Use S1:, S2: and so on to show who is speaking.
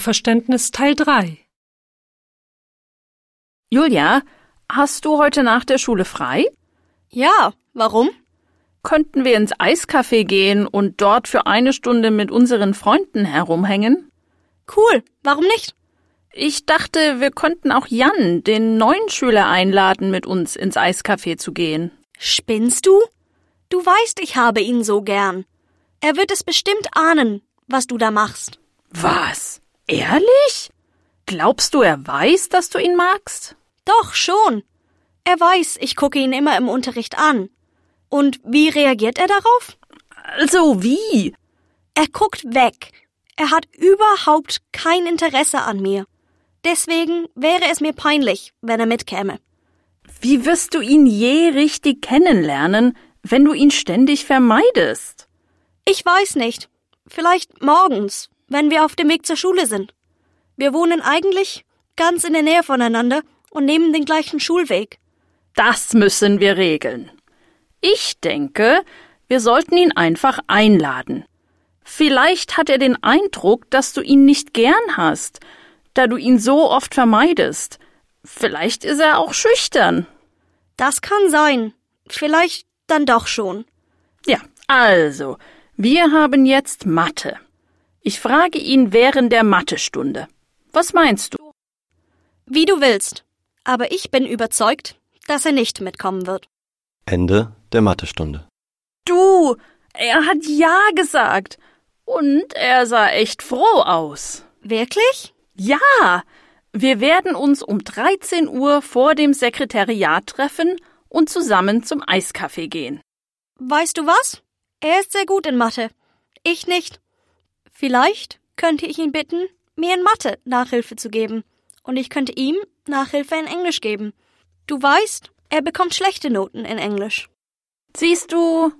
S1: Hörverständnis Teil 3
S2: Julia, hast du heute nach der Schule frei?
S3: Ja, warum?
S2: Könnten wir ins Eiscafé gehen und dort für eine Stunde mit unseren Freunden herumhängen?
S3: Cool, warum nicht?
S2: Ich dachte, wir könnten auch Jan, den neuen Schüler, einladen, mit uns ins Eiscafé zu gehen.
S3: Spinnst du? Du weißt, ich habe ihn so gern. Er wird es bestimmt ahnen, was du da machst.
S2: Was? Ehrlich? Glaubst du, er weiß, dass du ihn magst?
S3: Doch schon. Er weiß, ich gucke ihn immer im Unterricht an. Und wie reagiert er darauf?
S2: Also wie?
S3: Er guckt weg. Er hat überhaupt kein Interesse an mir. Deswegen wäre es mir peinlich, wenn er mitkäme.
S2: Wie wirst du ihn je richtig kennenlernen, wenn du ihn ständig vermeidest?
S3: Ich weiß nicht. Vielleicht morgens, wenn wir auf dem Weg zur Schule sind. Wir wohnen eigentlich ganz in der Nähe voneinander und nehmen den gleichen Schulweg.
S2: Das müssen wir regeln. Ich denke, wir sollten ihn einfach einladen. Vielleicht hat er den Eindruck, dass du ihn nicht gern hast, da du ihn so oft vermeidest. Vielleicht ist er auch schüchtern.
S3: Das kann sein. Vielleicht dann doch schon.
S2: Ja, also, wir haben jetzt Mathe. Ich frage ihn während der Mathestunde. Was meinst du?
S3: Wie du willst. Aber ich bin überzeugt, dass er nicht mitkommen wird.
S4: Ende der Mathestunde.
S2: Du, er hat ja gesagt. Und er sah echt froh aus.
S3: Wirklich?
S2: Ja, wir werden uns um 13 Uhr vor dem Sekretariat treffen und zusammen zum Eiskaffee gehen.
S3: Weißt du was? Er ist sehr gut in Mathe. Ich nicht. Vielleicht könnte ich ihn bitten, mir in Mathe Nachhilfe zu geben. Und ich könnte ihm Nachhilfe in Englisch geben. Du weißt, er bekommt schlechte Noten in Englisch.
S2: Siehst du,